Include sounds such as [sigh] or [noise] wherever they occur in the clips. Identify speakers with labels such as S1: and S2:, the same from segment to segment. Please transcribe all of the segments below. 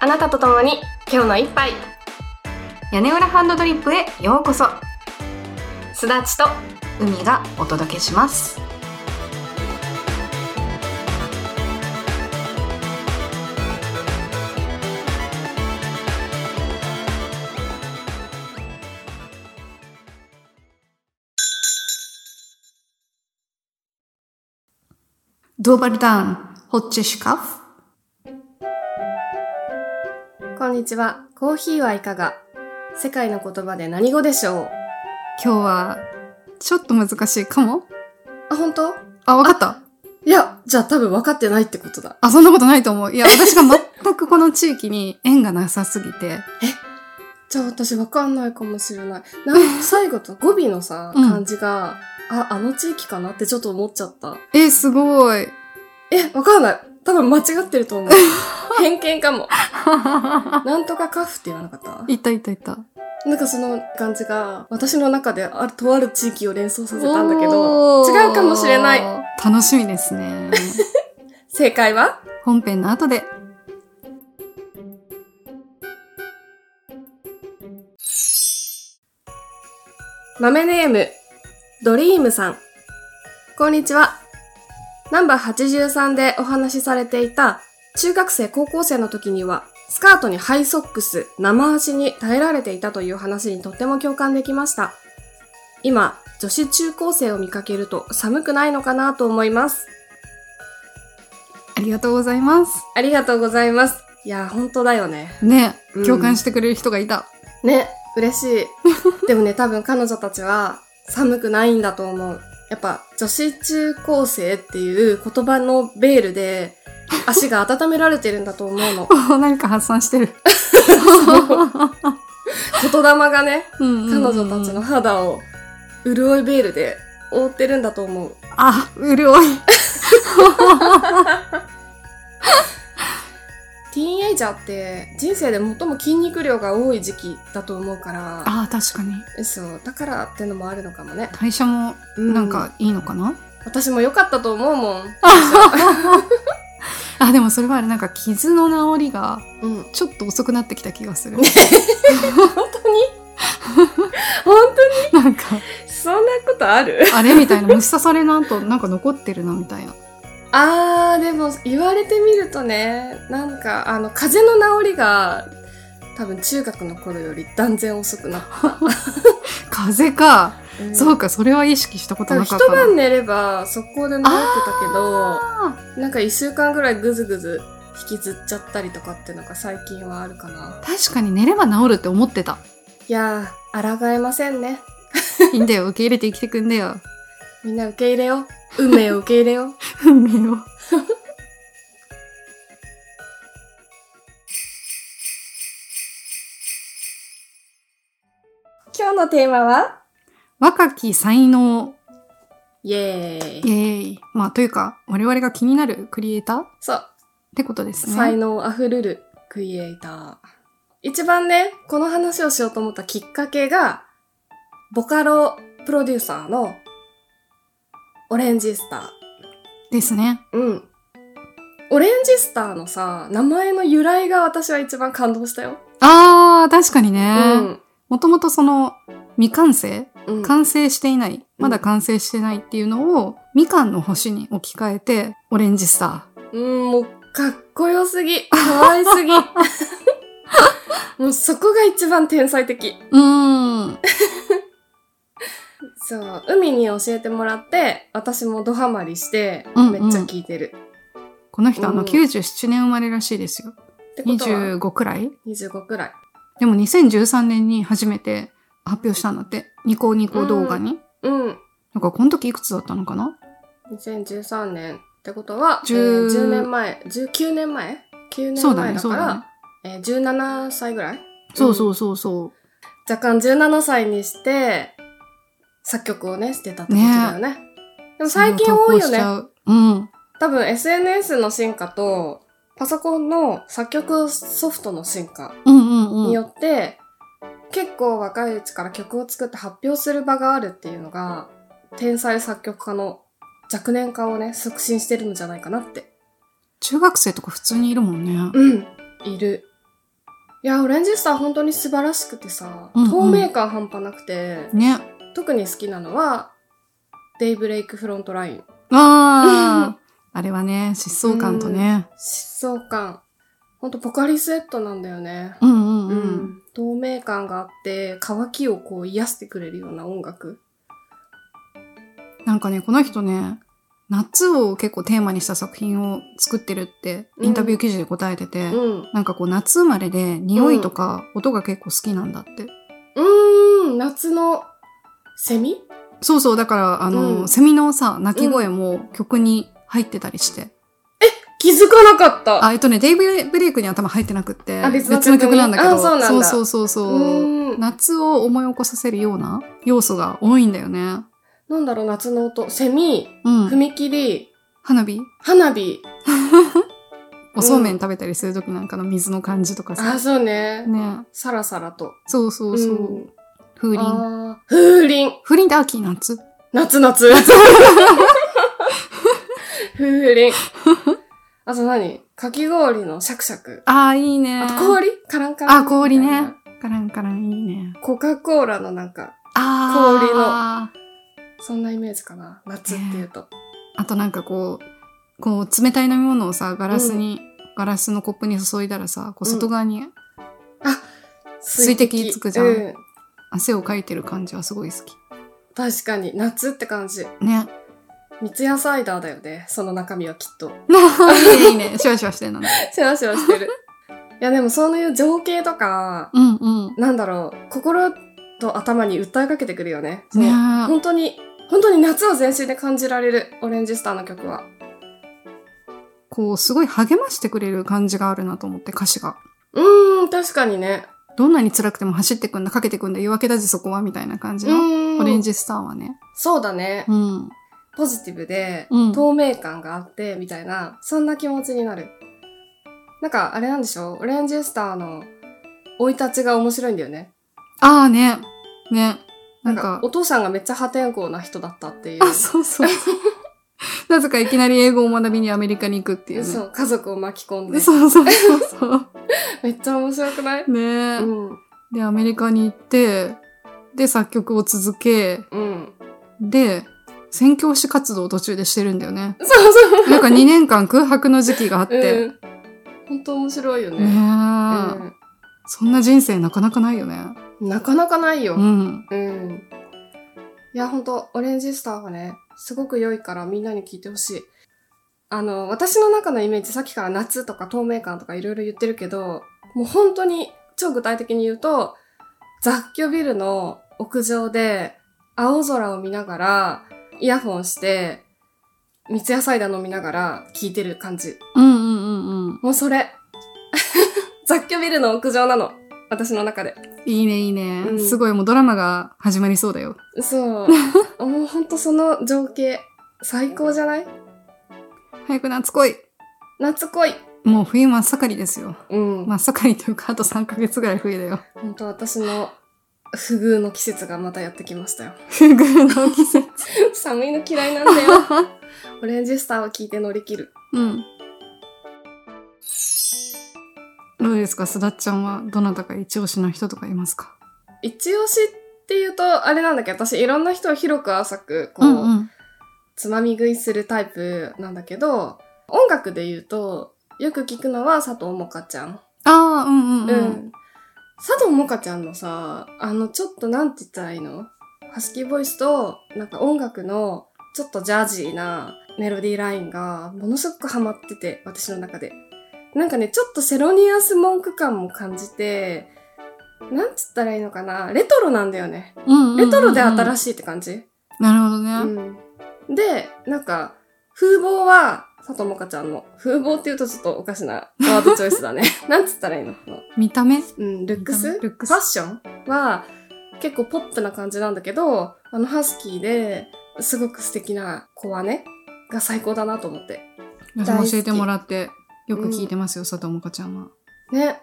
S1: あなたと共に今日の一杯
S2: 屋根裏ハンドドリップへようこそ
S1: すだちと
S2: 海がお届けしますドーバルダウンホッチェシカフ
S1: こんにちはコーヒーはいかが世界の言葉で何語でしょう
S2: 今日はちょっと難しいかも
S1: あ本当
S2: あわかった
S1: いやじゃあ多分分かってないってことだ
S2: あそんなことないと思ういや私が全くこの地域に縁がなさすぎて
S1: じゃあ私分かんないかもしれない
S2: [laughs]
S1: なん最後と語尾のさ
S2: うん
S1: 感じが、ああの地域かなってちょっと思っちゃった
S2: えすごい
S1: え分かんない多分間違ってると思
S2: [laughs]
S1: う偏見かもなんとかカフって言わなかった
S2: いたいたいた
S1: なんかその感じが私の中であとある地域を連想させたんだけど
S2: おー
S1: 違うかもしれない
S2: 楽しみですね
S1: 正解は
S2: 本編の後で
S1: 豆ネームドリームさんこんにちはナンバー83でお話しされていた中学生高校生の時にはスカートにハイソックス生足に耐えられていたという話にとっても共感できました今女子中高生を見かけると寒くないのかなと思います
S2: ありがとうございます
S1: ありがとうございますいやー本当だよね
S2: ね
S1: うん
S2: 共感してくれる人がいた、 [laughs]
S1: ね、嬉しい。 [laughs] でもね、多分彼女たちは寒くないんだと思う。やっぱ女子中高生っていう言葉のベール
S2: [laughs]
S1: で足が温められてるんだと思うの。
S2: 何か発散してる
S1: 言霊がね、
S2: 彼
S1: 彼女たちの肌を潤いベールで覆ってるんだと思う。
S2: あ潤い
S1: ティーンエイジャーって人生で最も筋肉量が多い時期だと思うから、
S2: あー確かに
S1: そう、だからってのもあるのかもね。
S2: 代謝もなんかいいのかな、
S1: 私も良かったと思う
S2: [laughs]
S1: もん。
S2: あでもそれはあれなんか傷の治りが
S1: うん。
S2: ちょっと遅くなってきた気がする
S1: 本当 [laughs] に本当に
S2: なんか
S1: そんなことある
S2: あれみたいな虫刺されの後なんか残ってるなみたいな
S1: あーでも言われてみるとねなんかあの風邪の治りが多分中学の頃より断然遅くなった、
S2: 風邪か、
S1: うん
S2: そうかそれは意識したこと
S1: 多分
S2: なか
S1: 一
S2: ったな
S1: 晩寝れば速攻で治ってたけど
S2: あ
S1: なんか1週間ぐらいぐずぐず引きずっちゃったりとかっていうのが最近はあるかな
S2: ー確かに寝れば治るって思ってた
S1: いやー抗えませんね
S2: いいんだよ受け入れて生きてくんだ [laughs] よ
S1: みんな受け入れよう運命を受け入れよう
S2: 運命を
S1: [laughs] 今日のテーマは
S2: 若き才能
S1: イエーイ
S2: イエーイまあというか我々が気になるクリエイターっ
S1: そう
S2: てことですね
S1: 才能あふれるクリエイター。一番ね、この話をしようと思ったきっかけが、ボカロプロデューサーのオレンジスタ
S2: ですね
S1: ー。うん。オレンジスターのさ、名前の由来が私は一番感動したよ。
S2: あー確かにね、
S1: うん。
S2: もともとその未完成
S1: うん。
S2: 完成していないまだ完成してないっていうのをみかんの星に置き換えてオレンジスタ
S1: うん、もう、かっこよすぎ。可愛すぎ。 [laughs] もうそこが一番天才的。
S2: ーうーん
S1: そう、海に教えてもらって、私もドハマりして、
S2: うん
S1: めっちゃ聞いてる。
S2: この人あ
S1: う
S2: の
S1: ん
S2: 97年生まれらしいですよ
S1: ってことは、
S2: 25くらい
S1: 25くらい。
S2: でも2013年に初めて発表したんだってニコニコ動画に、
S1: うん。
S2: なんかこの時いくつだったのかな
S1: 2013年ってことは、えー
S2: 10
S1: 10年前、19年前 ?9
S2: そ
S1: 年
S2: うだ
S1: 前
S2: ね
S1: だ
S2: そう
S1: か
S2: だね
S1: ら、えー17歳ぐらい
S2: そうそうそうそう
S1: 若干17歳にして、作曲をね、してたってことだよね。でも最近多いよ
S2: それを投稿しち
S1: ね。
S2: ゃううん
S1: 多分 SNS の進化と、パソコンの作曲ソフトの進化
S2: うんうん
S1: に
S2: う
S1: よ
S2: ん
S1: って、結構若いうちから曲を作って発表する場があるっていうのが天才作曲家の若年化をね促進してるんじゃないかなって
S2: 中学生とか普通にいるもんね
S1: うんいるいや、オレンジスター本当に素晴らしくてさ、
S2: うんうん
S1: 透明感半端なくて、 [laughs]
S2: ね。
S1: 特に好きなのは、デイブレイクフロントライン。
S2: ああ。あれはね、疾走感とね。
S1: 疾走感。ほんとポカリスエットなんだよね。
S2: うんうんう。
S1: うんん透明感があって、渇きをこう癒してくれるような音楽。
S2: なんかね、この人ね、夏を結構テーマにした作品を作ってるって、インタビュー記事で答えてて、
S1: うん。
S2: なんかこう夏生まれで匂いとか音が結構好きなんだって。
S1: うーん、夏のセミ
S2: そうそう、だから、あの、
S1: うん
S2: セミのさ、鳴き声も曲に入ってたりして。
S1: 気づかなかった。
S2: あ、えっとね、デイビー・ブレイクには多分入ってなくって、
S1: あ別の曲に
S2: の曲なんだけど、
S1: あそうなんだ
S2: そうそうそうそう
S1: ーん
S2: 夏を思い起こさせるような要素が多いんだよね。
S1: なんだろう、夏の音。セミ、
S2: うん。
S1: 踏切、
S2: 花火
S1: 花火。
S2: おそうめん食べたりするときなんかの水の感じとかさ。
S1: あ、そうね。
S2: ね。
S1: さらさらと。
S2: そうそうそう。
S1: うん
S2: 風鈴。
S1: あー風鈴。
S2: 風鈴って秋夏
S1: 夏
S2: [laughs]
S1: 夏。風鈴。あと何かき氷のシャクシャク。
S2: ああ、いいね。
S1: あと氷カランカラン。
S2: あ氷ね
S1: みたいな。
S2: カランカランいいね。
S1: コカ・コーラのなんか、
S2: ああ。
S1: 氷
S2: の。
S1: そんなイメージかな。夏っていうと。
S2: あとなんかこう、こう冷たい飲み物をさ、ガラスに、ガラスのコップに注いだらさ、こう
S1: うん
S2: 外側に水滴つくじゃん
S1: う
S2: 汗をかいてる感じはすごい好き。
S1: 確かに、夏って感じ。
S2: ね。 [laughs]
S1: 三ツ矢サイダーだよね。その中身はきっと。
S2: いいね、いいね。シュワシュワしてんのね。
S1: シュワシュワして
S2: [laughs]
S1: る。いや、でもそういう情景とか、
S2: うんうん。
S1: なんだろう、心と頭に訴えかけてくるよね。その
S2: ね
S1: 本当に、本当に夏を全身で感じられる、オレンジスターの曲は。
S2: こう、すごい励ましてくれる感じがあるなと思って、歌詞が。
S1: うーん、確かにね。
S2: どんなに辛くても走ってくんだ、かけてくんだ、夜明けだぜそこは、みたいな感じ
S1: う
S2: の。
S1: ーん。
S2: オレン。ジスターはね。
S1: そうだね。
S2: うん。
S1: ポジティブで、
S2: うん
S1: 透明感があって、みたいな、そんな気持ちになる。なんか、あれなんでしょうオレンジスターの生い立ちが面白いんだよね。
S2: ああね。ね。
S1: な
S2: なんん
S1: か、
S2: か、
S1: お父さんがめっちゃ破天荒な人だったっていう。
S2: あ、そう [laughs] そうそう。なぜかいきなり英語を学びにアメリカに行くっていうね。
S1: そう、家族を巻き込んで。
S2: そうそうそうそ。
S1: めっちゃ面白くないう
S2: ねえ、
S1: うん。
S2: で、アメリカに行って、で、作曲を続け、
S1: うん。。
S2: で、宣教師活動を途中でしてるんだよね
S1: そうそう。
S2: なんか2年間空白の時期があって。
S1: うん、本当面白いよね。
S2: ねえ、
S1: うん
S2: そんな人生なかなかないよね。
S1: なかなかないよ。
S2: うん。
S1: うん。いや、ほんと、オレンジスターはね、すごく良いからみんなに聞いてほしい。あの、私の中のイメージ、さっきから夏とか透明感とかいろいろ言ってるけど、もう本当に超具体的に言うと、雑居ビルの屋上で青空を見ながら、イヤホンして、三ツ矢サイダー飲みながら聞いてる感じ。
S2: うんうんうんうん。
S1: もうそれ。 [laughs] 雑居ビルの屋上なの。私の中で。
S2: いいねいいね、
S1: うん
S2: すごいもうドラマが始まりそうだよ。
S1: そう。もうほんとその情景、最高じゃない
S2: 早く夏来い。
S1: 夏来い。
S2: もう冬真っ盛りですよ。
S1: うん。
S2: 真っ盛りというかあと3ヶ月ぐらい冬だよ。
S1: ほんと私の不遇の季節がまたやってきましたよ。
S2: 不遇の季節。
S1: [laughs] 寒いの嫌いなんだよ。 [laughs] オレンジスターを聞いて乗り切る。
S2: うん。どうですか、すだっちゃんはどなたか一押しの人とかいますか
S1: 一押しっていうと、あれなんだけど、私いろんな人を広く浅く、こう、
S2: うん。
S1: つまみ食いするタイプなんだけど、音楽で言うと、よく聞くのは佐藤もかちゃん。
S2: ああ、うんうんう。
S1: うんん。佐藤もかちゃんのさ、あの、ちょっとなんて言ったらいいのハスキーボイスと、なんか音楽の、ちょっとジャジーなメロディーラインが、ものすごくハマってて、私の中で。なんかね、ちょっとセロニアス文句感も感じて、なんつったらいいのかなレトロなんだよね。
S2: うん
S1: レトロで新
S2: し
S1: しいって感じ、
S2: い。なるほどね。
S1: うんで、なんか、風貌は、佐藤もかちゃんの。風貌って言うとちょっとおかしなワードチョイスだね。 [laughs] なんつったらいいのこの
S2: 見た目
S1: うん、ルック
S2: 見た
S1: ス
S2: 目ルックス
S1: ファッションは結構ポップな感じなんだけど、あのハスキーですごく素敵な子はね、が最高だなと思って。
S2: 私も教えてもらって、よく聞いてますよ、佐藤もかちゃんは。
S1: ね。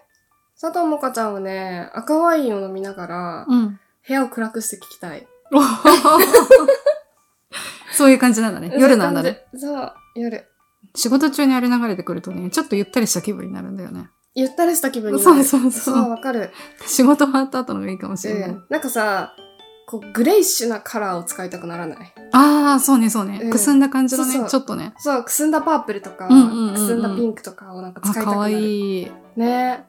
S1: 佐藤もかちゃんはね、赤ワインを飲みながら、
S2: うん。
S1: 部屋を暗くして聞きたい。
S2: [laughs] そういう感じなんだね。夜なんだね。
S1: そういう感じ。そう、夜。
S2: 仕事中にあれ流れてくるとね、ちょっとゆったりした気分になるんだよね。
S1: ゆったりした気分にな
S2: そう
S1: る。
S2: そう
S1: そう
S2: そう。
S1: わかる。
S2: 仕事終わった後のがいいかもし
S1: う
S2: れない。
S1: ん。なんかさ、こう、グレイッシュなカラーを使いたくならない
S2: ああ、そうね、そうね
S1: う。ん
S2: くすんだ感じの
S1: そうそ
S2: ね、
S1: う
S2: ちょっとね。
S1: そう、くすんだパープルとか、
S2: うんうんうんうん
S1: くすんだピンクとかをなんか使
S2: あ、
S1: いたく
S2: か
S1: な
S2: わ
S1: る。
S2: いい。
S1: ね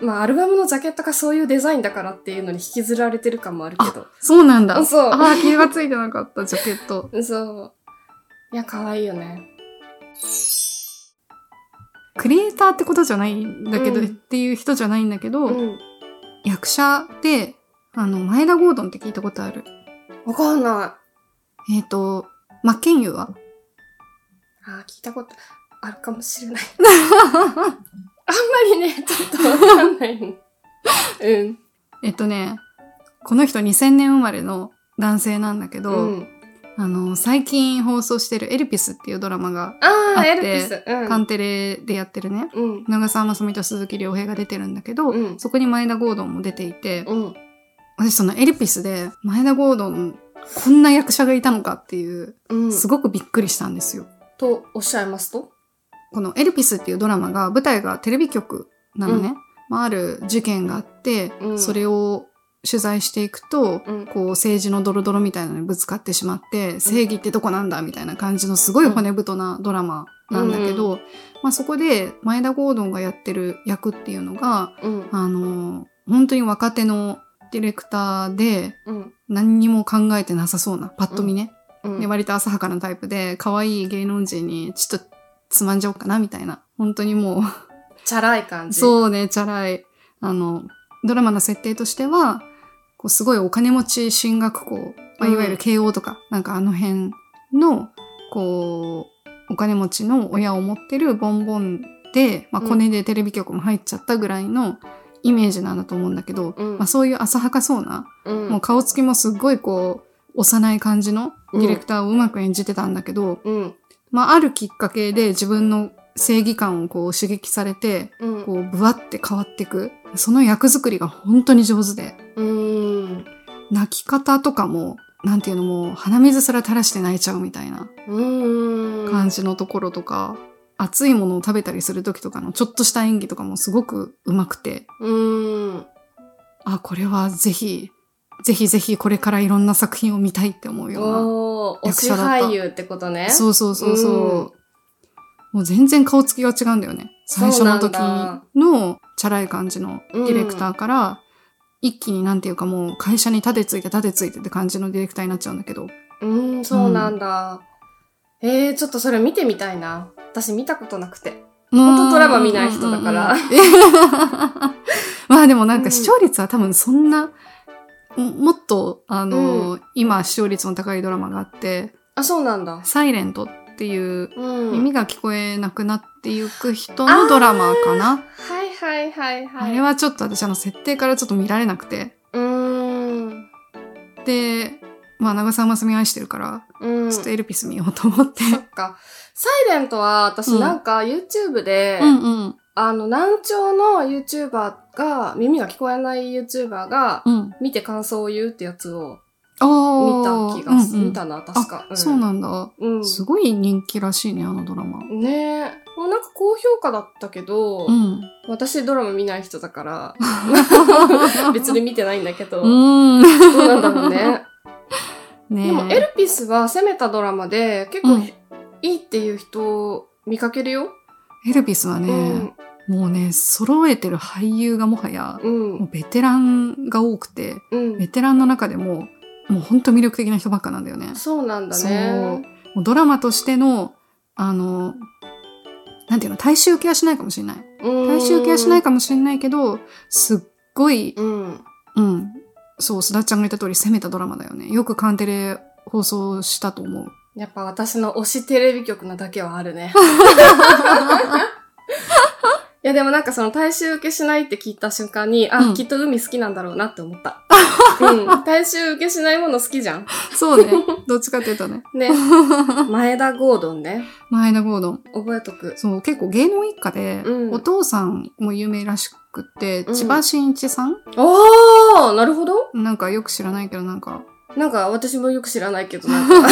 S1: まあ、アルバムのジャケットがそういうデザインだからっていうのに引きずられてる感もあるけど。
S2: そうなんだ。
S1: あそう
S2: ああ、気がついてなかった、ジャケット。
S1: そう。いや、可愛いよね。
S2: クリエイターってことじゃないんだけど、
S1: うん
S2: っていう人じゃないんだけど、
S1: うん。
S2: 役者で、あの、前田ゴードンって聞いたことある。
S1: わかんない。
S2: えっ、と、真剣佑は
S1: あー聞いたことあるかもしれ
S2: [laughs]
S1: ない。あんまりね、ちょっとわかんないの。うん。
S2: えっ、とね、この人2000年生まれの男性なんだけど、
S1: うん。
S2: あの、最近放送してるエルピスっていうドラマが、
S1: あ
S2: あっ
S1: あ、
S2: て
S1: エルピス。うん。
S2: カンテレでやってるね、
S1: うん。
S2: 長澤まさみと鈴木亮平が出てるんだけど、
S1: うん
S2: そこに前田ゴードンも出ていて、
S1: うん。
S2: 私そのエルピスで前田ゴードン、こんな役者がいたのかっていう、
S1: うん。
S2: すごくびっくりしたんですよ。
S1: とおっしゃいますと
S2: このエルピスっていうドラマが、舞台がテレビ局なのね。まあ、ある事件があって、
S1: うん
S2: それを取材していくと、
S1: うん
S2: こう政治のドロドロみたいなのにぶつかってしまって、正義ってどこなんだみたいな感じのすごい骨太なドラマなんだけど、まあそこで前田ゴードンがやってる役っていうのが、
S1: うん。
S2: あの、本当に若手のディレクターで、
S1: うん。
S2: 何にも考えてなさそうな、パッと見ね。
S1: うん
S2: で、割と浅はかなタイプで、可愛い芸能人にちょっとつまんじゃおうかな、みたいな。本当にも
S1: チャラい感
S2: う、
S1: じ。
S2: そうね、チャラい。あの、ドラマの設定としては、こうすごいお金持ち進学校、まあ、
S1: うん
S2: いわゆる慶応とか、なんかあの辺の、こう、お金持ちの親を持ってるボンボンで、まあ、
S1: うん
S2: コネでテレビ局も入っちゃったぐらいのイメージなんだと思うんだけど、
S1: うん
S2: まあ、そういう浅はかそうな、
S1: うん。
S2: もう顔つきもすっごいこう、幼い感じのディレクターをうまく演じてたんだけど、
S1: うん。
S2: まあ、あるきっかけで自分の正義感をこう刺激されて、
S1: うん。
S2: こう、ぶわって変わってく。その役作りが本当に上手で、
S1: うーん。
S2: 泣き方とかも、なんていうのもう、鼻水すら垂らして泣いちゃうみたいな
S1: うーん。
S2: 感じのところとか、熱いものを食べたりする時とかのちょっとした演技とかもすごく上手くて、
S1: うーん。
S2: あ、これはぜひ、ぜひぜひこれからいろんな作品を見たいって思うような。
S1: おー、推
S2: 役
S1: し
S2: 者だった
S1: 俳優ってことね。
S2: そうそうそうそう
S1: うん。
S2: もう全然顔つきが違うんだよね。最初の時のチャラい感じのディレクターから、一気になんていうかもう会社に盾ついて盾ついてって感じのディレクターになっちゃうんだけど。
S1: うーん、そうなんだ。えー、ちょっとそれ見てみたいな。私見たことなくて。
S2: ほ
S1: んとドラマ見ない人だから。
S2: [laughs] まあでもなんか視聴率は多分そんな、ももっと、あの、
S1: う
S2: 今視聴率の高いドラマがあって、
S1: あ、そうなんだ。
S2: サイレントっていう
S1: うん。
S2: 耳が聞こえなくなっていく人のドラマかな。
S1: はいはいはいはい。
S2: あれはちょっと私あの設定からちょっと見られなくて。
S1: うーん。
S2: で、まあ長澤まさみ愛してるから、
S1: うん。
S2: ちょっと
S1: そ
S2: エルピス見ようと思
S1: [laughs]
S2: って。
S1: っか。サイレントは、
S2: う
S1: 私
S2: ん
S1: なんか YouTube で、
S2: うんうん。
S1: あの、難聴の YouTuber が、耳が聞こえない YouTuber が、
S2: うん。
S1: 見て感想を言うってやつを見
S2: ああ。
S1: た気がす、
S2: うんうん
S1: 見たな、確か。
S2: あ、そうなんだ。
S1: うん。
S2: すごい人気らしいね、あのドラマ。
S1: ねえ。もうなんか高評価だったけど、
S2: うん。
S1: 私ドラマ見ない人だから、
S2: [laughs]
S1: 別 [laughs]
S2: に。
S1: に見てないんだけど、
S2: [laughs] う
S1: ど
S2: ん。
S1: うなんだろ
S2: [laughs]
S1: うね。
S2: ね
S1: でも、エルピスは攻めたドラマで、結
S2: う
S1: 構
S2: ん
S1: いいっていう人を見かけるよ。
S2: エルピスは
S1: う
S2: ね
S1: ん、。
S2: もうね、揃えてる俳優がもはや、
S1: う。
S2: もうんベテランが多くて、
S1: うん
S2: ベテランの中でも、もうほんと魅力的な人ばっかなんだよね。
S1: そうなんだ
S2: そう
S1: ね。
S2: もうドラマとしての、あの、なんていうの、大衆受けはしないかもしれない。
S1: 大
S2: 大衆受けはしないかもしれないけど、すっごい、
S1: うん。
S2: うん、そう、すだちゃんが言った通り攻めたドラマだよね。よくカンテレ放送したと思う。
S1: やっぱ私の推しテレビ局なだけはある
S2: [laughs]
S1: ね。いやでもなんかその大衆受けしないって聞いた瞬間に、あ、
S2: うん
S1: きっと海好きなんだろうなって思
S2: [laughs]
S1: った。うん。大衆受けしないもの好きじゃん。
S2: そうね。 [laughs] どっちかって言うとね。 [laughs]
S1: ね。前田ゴードンね。
S2: 前田ゴードン。
S1: 覚えとく。
S2: そう、結構芸能一家で、
S1: うん
S2: お父さんも有名らしくて、
S1: うん
S2: 千葉真一さん、
S1: おーなるほど
S2: なんかよく知らないけど、な
S1: [laughs]
S2: んか、
S1: なんか私もよく知らないけど、なんか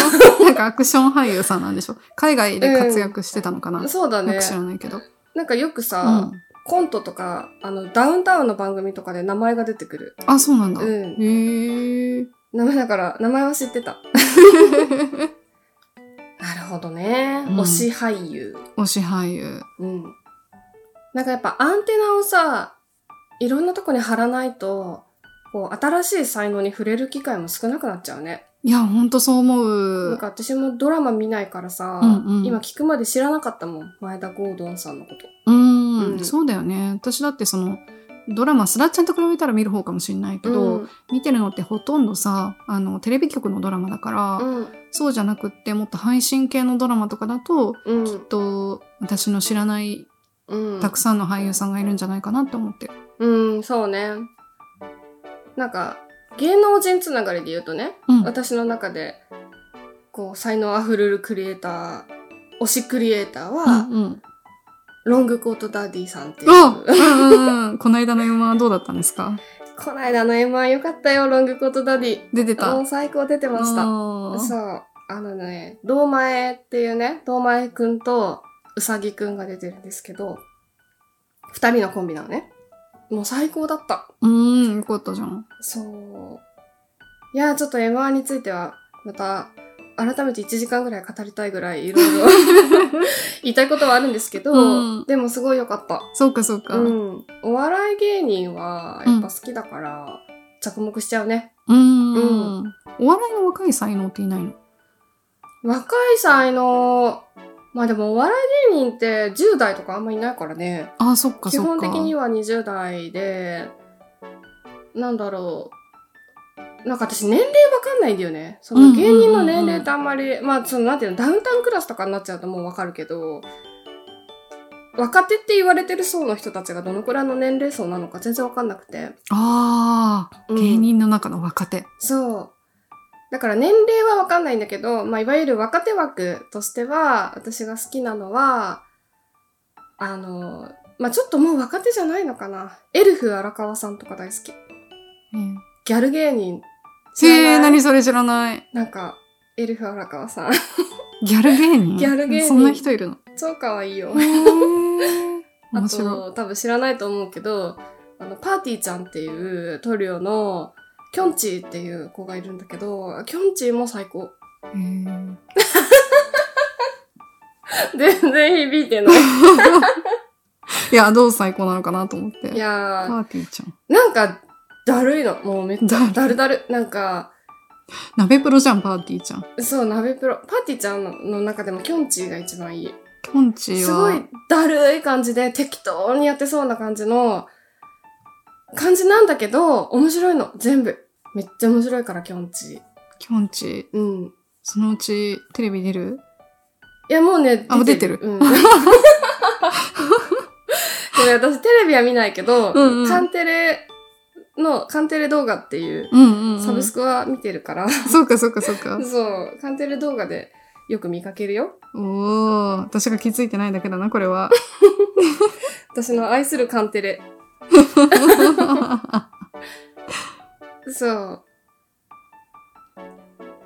S2: なんかアクション俳優さんなんでしょ海外で活躍してたのかな、 [laughs]
S1: そうだ
S2: よ
S1: ね
S2: く。知らないけど。
S1: なんかよく
S2: うん
S1: さ、コントとか、あの、ダウンタウンの番組とかで名前が出てくる。
S2: あ、そうなんだ。
S1: うん。
S2: へえ。
S1: 名前だから、名前は知って
S2: [laughs]
S1: た。なるほどね。
S2: うん
S1: 推し俳優。
S2: 推し俳優。
S1: うん。なんかやっぱアンテナをさ、いろんなとこに貼らないと、こう、新しい才能に触れる機会も少なくなっちゃうね。
S2: いや、ほんとそう思
S1: なん
S2: う。
S1: か私もドラマ見ないからさ、
S2: うんうん
S1: 今聞くまで知らなかったもん。前田ゴードンさんのこと。
S2: う
S1: う
S2: ん,、
S1: ん
S2: そうだよね。私だってその、ドラマ、スラッちゃんと比べたら見る方かもしれないけど、
S1: うん
S2: 見てるのってほとんどさ、あの、テレビ局のドラマだから、
S1: うん。
S2: そうじゃなくって、もっと配信系のドラマとかだと、
S1: うん
S2: きっと、私の知らない、
S1: うん。
S2: たくさんの俳優さんがいるんじゃないかなって思ってる。
S1: うん、そうね。なんか、芸能人つながりで言うとね、
S2: うん。
S1: 私の中で、こう、才能あふれるクリエイター、推しクリエイターは、
S2: うんうん。
S1: ロングコートダディさんっていうう。
S2: わうんうんうんこの間の M はどうだったんですか
S1: こないだの M1 よかったよ、ロングコートダディ。
S2: 出て
S1: も
S2: た
S1: う最高出てました。
S2: あー
S1: そう。あのね、堂前っていうね、堂前くんとうさぎくんが出てるんですけど、二人のコンビなのね。もう最高だった。
S2: うーん、よかったじゃん。
S1: そう。いやー、ちょっと M1 については、また、改めて1時間ぐらい語りたいぐらい、いろいろ [laughs] 言いたいことはあるんですけど、
S2: うん
S1: でもすごい良かった。
S2: そうか、そうか。
S1: う。
S2: うん
S1: お笑い芸人は、やっぱ好きだから、着目しちゃうね。
S2: ーん。お笑いの若い才能っていないの
S1: 若い才能、まあでもお笑い芸人って10代とかあんまいないからね。
S2: あー、そっか、
S1: 基
S2: そっ
S1: 本
S2: か。
S1: 的には20代で、なんだろう。なんか私年齢わかんないんだよね。そ
S2: うんう
S1: の
S2: んうん
S1: 芸人の年齢ってあんまり、まあそのなんていうの、ダウンタウンクラスとかになっちゃうともうわかるけど、若手って言われてる層の人たちがどのくらいの年齢層なのか全然わかんなくて。
S2: ああ、
S1: うん
S2: 芸人の中の若手。
S1: そう。だから年齢はわかんないんだけど、まあ、いわゆる若手枠としては、私が好きなのは、あの、まあ、ちょっともう若手じゃないのかな。エルフ荒川さんとか大好き。
S2: えー
S1: ギャル芸人。
S2: えー、
S1: な
S2: 何それ知らない。
S1: なんか、エルフ荒川さん。 [laughs]
S2: ギャル芸人
S1: ギャル芸人
S2: そんな人いるの。
S1: 超可愛いよ
S2: へ。ー
S1: あ
S2: 面白い。
S1: と、多分知らないと思うけど、あの、パーティーちゃんっていうトリオの、キョンチーっていう子がいるんだけど、キョンチーも最高。 [laughs]
S2: えー
S1: 全然響いてない。
S2: いや、どう最高なのかなと思って。
S1: いやー、
S2: パーティーちゃん。
S1: なんか、だるいの。もうめっち
S2: だ
S1: ゃ、
S2: る
S1: だるだる。なんか、
S2: 鍋プロじゃん、パーティーちゃん。
S1: そう、鍋プロ。パーティーちゃんのの中でもキョンチーが一番いい。
S2: きょんちぃは。
S1: すごいだるい感じで適当にやってそうな感じの、感じなんだけど、面白いの。全部。めっちゃ面白いから、キョンチ
S2: きょんちぃ。
S1: ー。うん。
S2: そのうちテレビ出る
S1: いや、もうね、
S2: あもう出てる
S1: うん。でも [laughs] 私テレビは見ないけど、
S2: うんうん
S1: カンテレの、カンテレ動画っていう
S2: うんうん、うん。
S1: サブスクは見てるから、
S2: そうかそうかそうか。
S1: そう、カンテレ動画でよく見かけるよ。
S2: おお、私が気づいてないだけだな、これは。
S1: 私の愛するカンテレ。そう。ま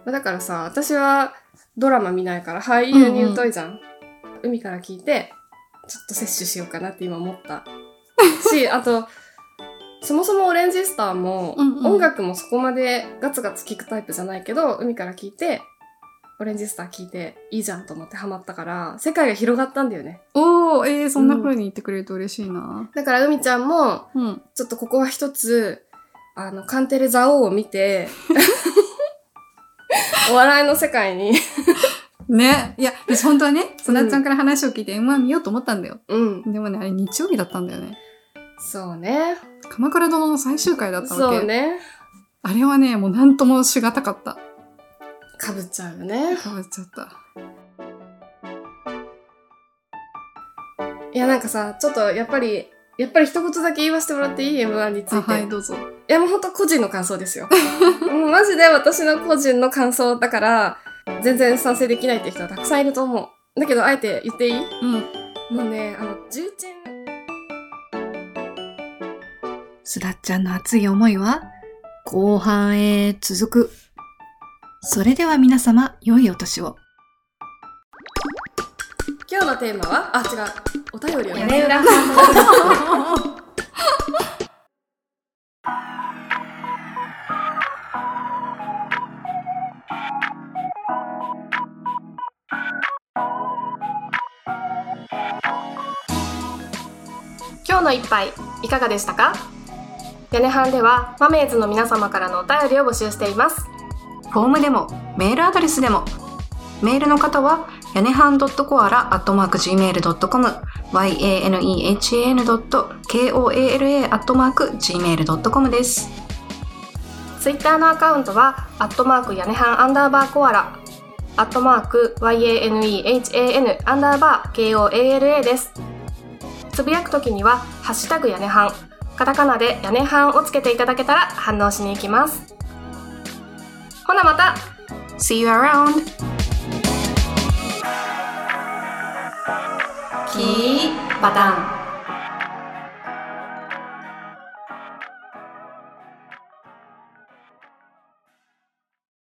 S1: あだからさ、私はドラマ見ないから俳優に疎いじゃん。海から聞いて、ちょっと摂取しようかなって今思った。
S2: [laughs]
S1: し、あと、そもそもオレンジスターも、
S2: うんうん
S1: 音楽もそこまでガツガツ聴くタイプじゃないけど、海から聞いて、オレンジスター聞いていいじゃんと思ってハマったから、世界が広がったんだよね。
S2: おお、えー、そんな風に言ってくれると嬉しいな。
S1: だから海ちゃんも、
S2: うん。
S1: ちょっとここは一つ、あの、カンテレザオを見て、 [laughs] お笑いの世界に、
S2: ね。いや、私本当はね、そなちゃんから話を聞いて M1 見ようと思ったんだよ。
S1: うん。
S2: でもね、あれ日曜日だったんだよね。
S1: そうね。
S2: 鎌倉殿の最終回だったわけ。
S1: そうね。
S2: あれはね、もうなんともしがたかった。
S1: かぶっちゃうよね。
S2: かぶっちゃった。
S1: いや、なんかさ、ちょっとやっぱり、やっぱり一言だけ言わせてもらっていい ?M1 につ
S2: あ、
S1: いて。
S2: はい、
S1: い
S2: どうぞ。
S1: や、もうほんと個人の感想ですよ。 [laughs] もうマジで私の個人の感想だから、全然賛成できないって人はたくさんいると思う。だけど、あえて言っていい
S2: うん。
S1: もうね、あの、重鎮。
S3: すだっちゃんの熱い思いは後半へ続く。それでは皆様、良いお年を。
S1: 今日のテーマはあ違うお便りを
S4: 屋
S1: ね。
S4: 根裏さん。
S1: 今日の一杯いかがでしたか屋根班ではマメーズの皆様からのお便りを募集しています
S4: フォームでもメールアドレスでもメールの方はやねはん .coala.gmail.com yanehan.koala.gmail.com です。
S1: ツイッターのアカウントは、アットマーク屋根半アンダーバーコアラ、アットマーク YANEHAN アンダーバー KOALA です。つぶやくときには、ハッシュタグ屋根半、カタカナで屋根半をつけていただけたら反応しに行きます。ほなまた
S4: See you around!
S1: キーパターン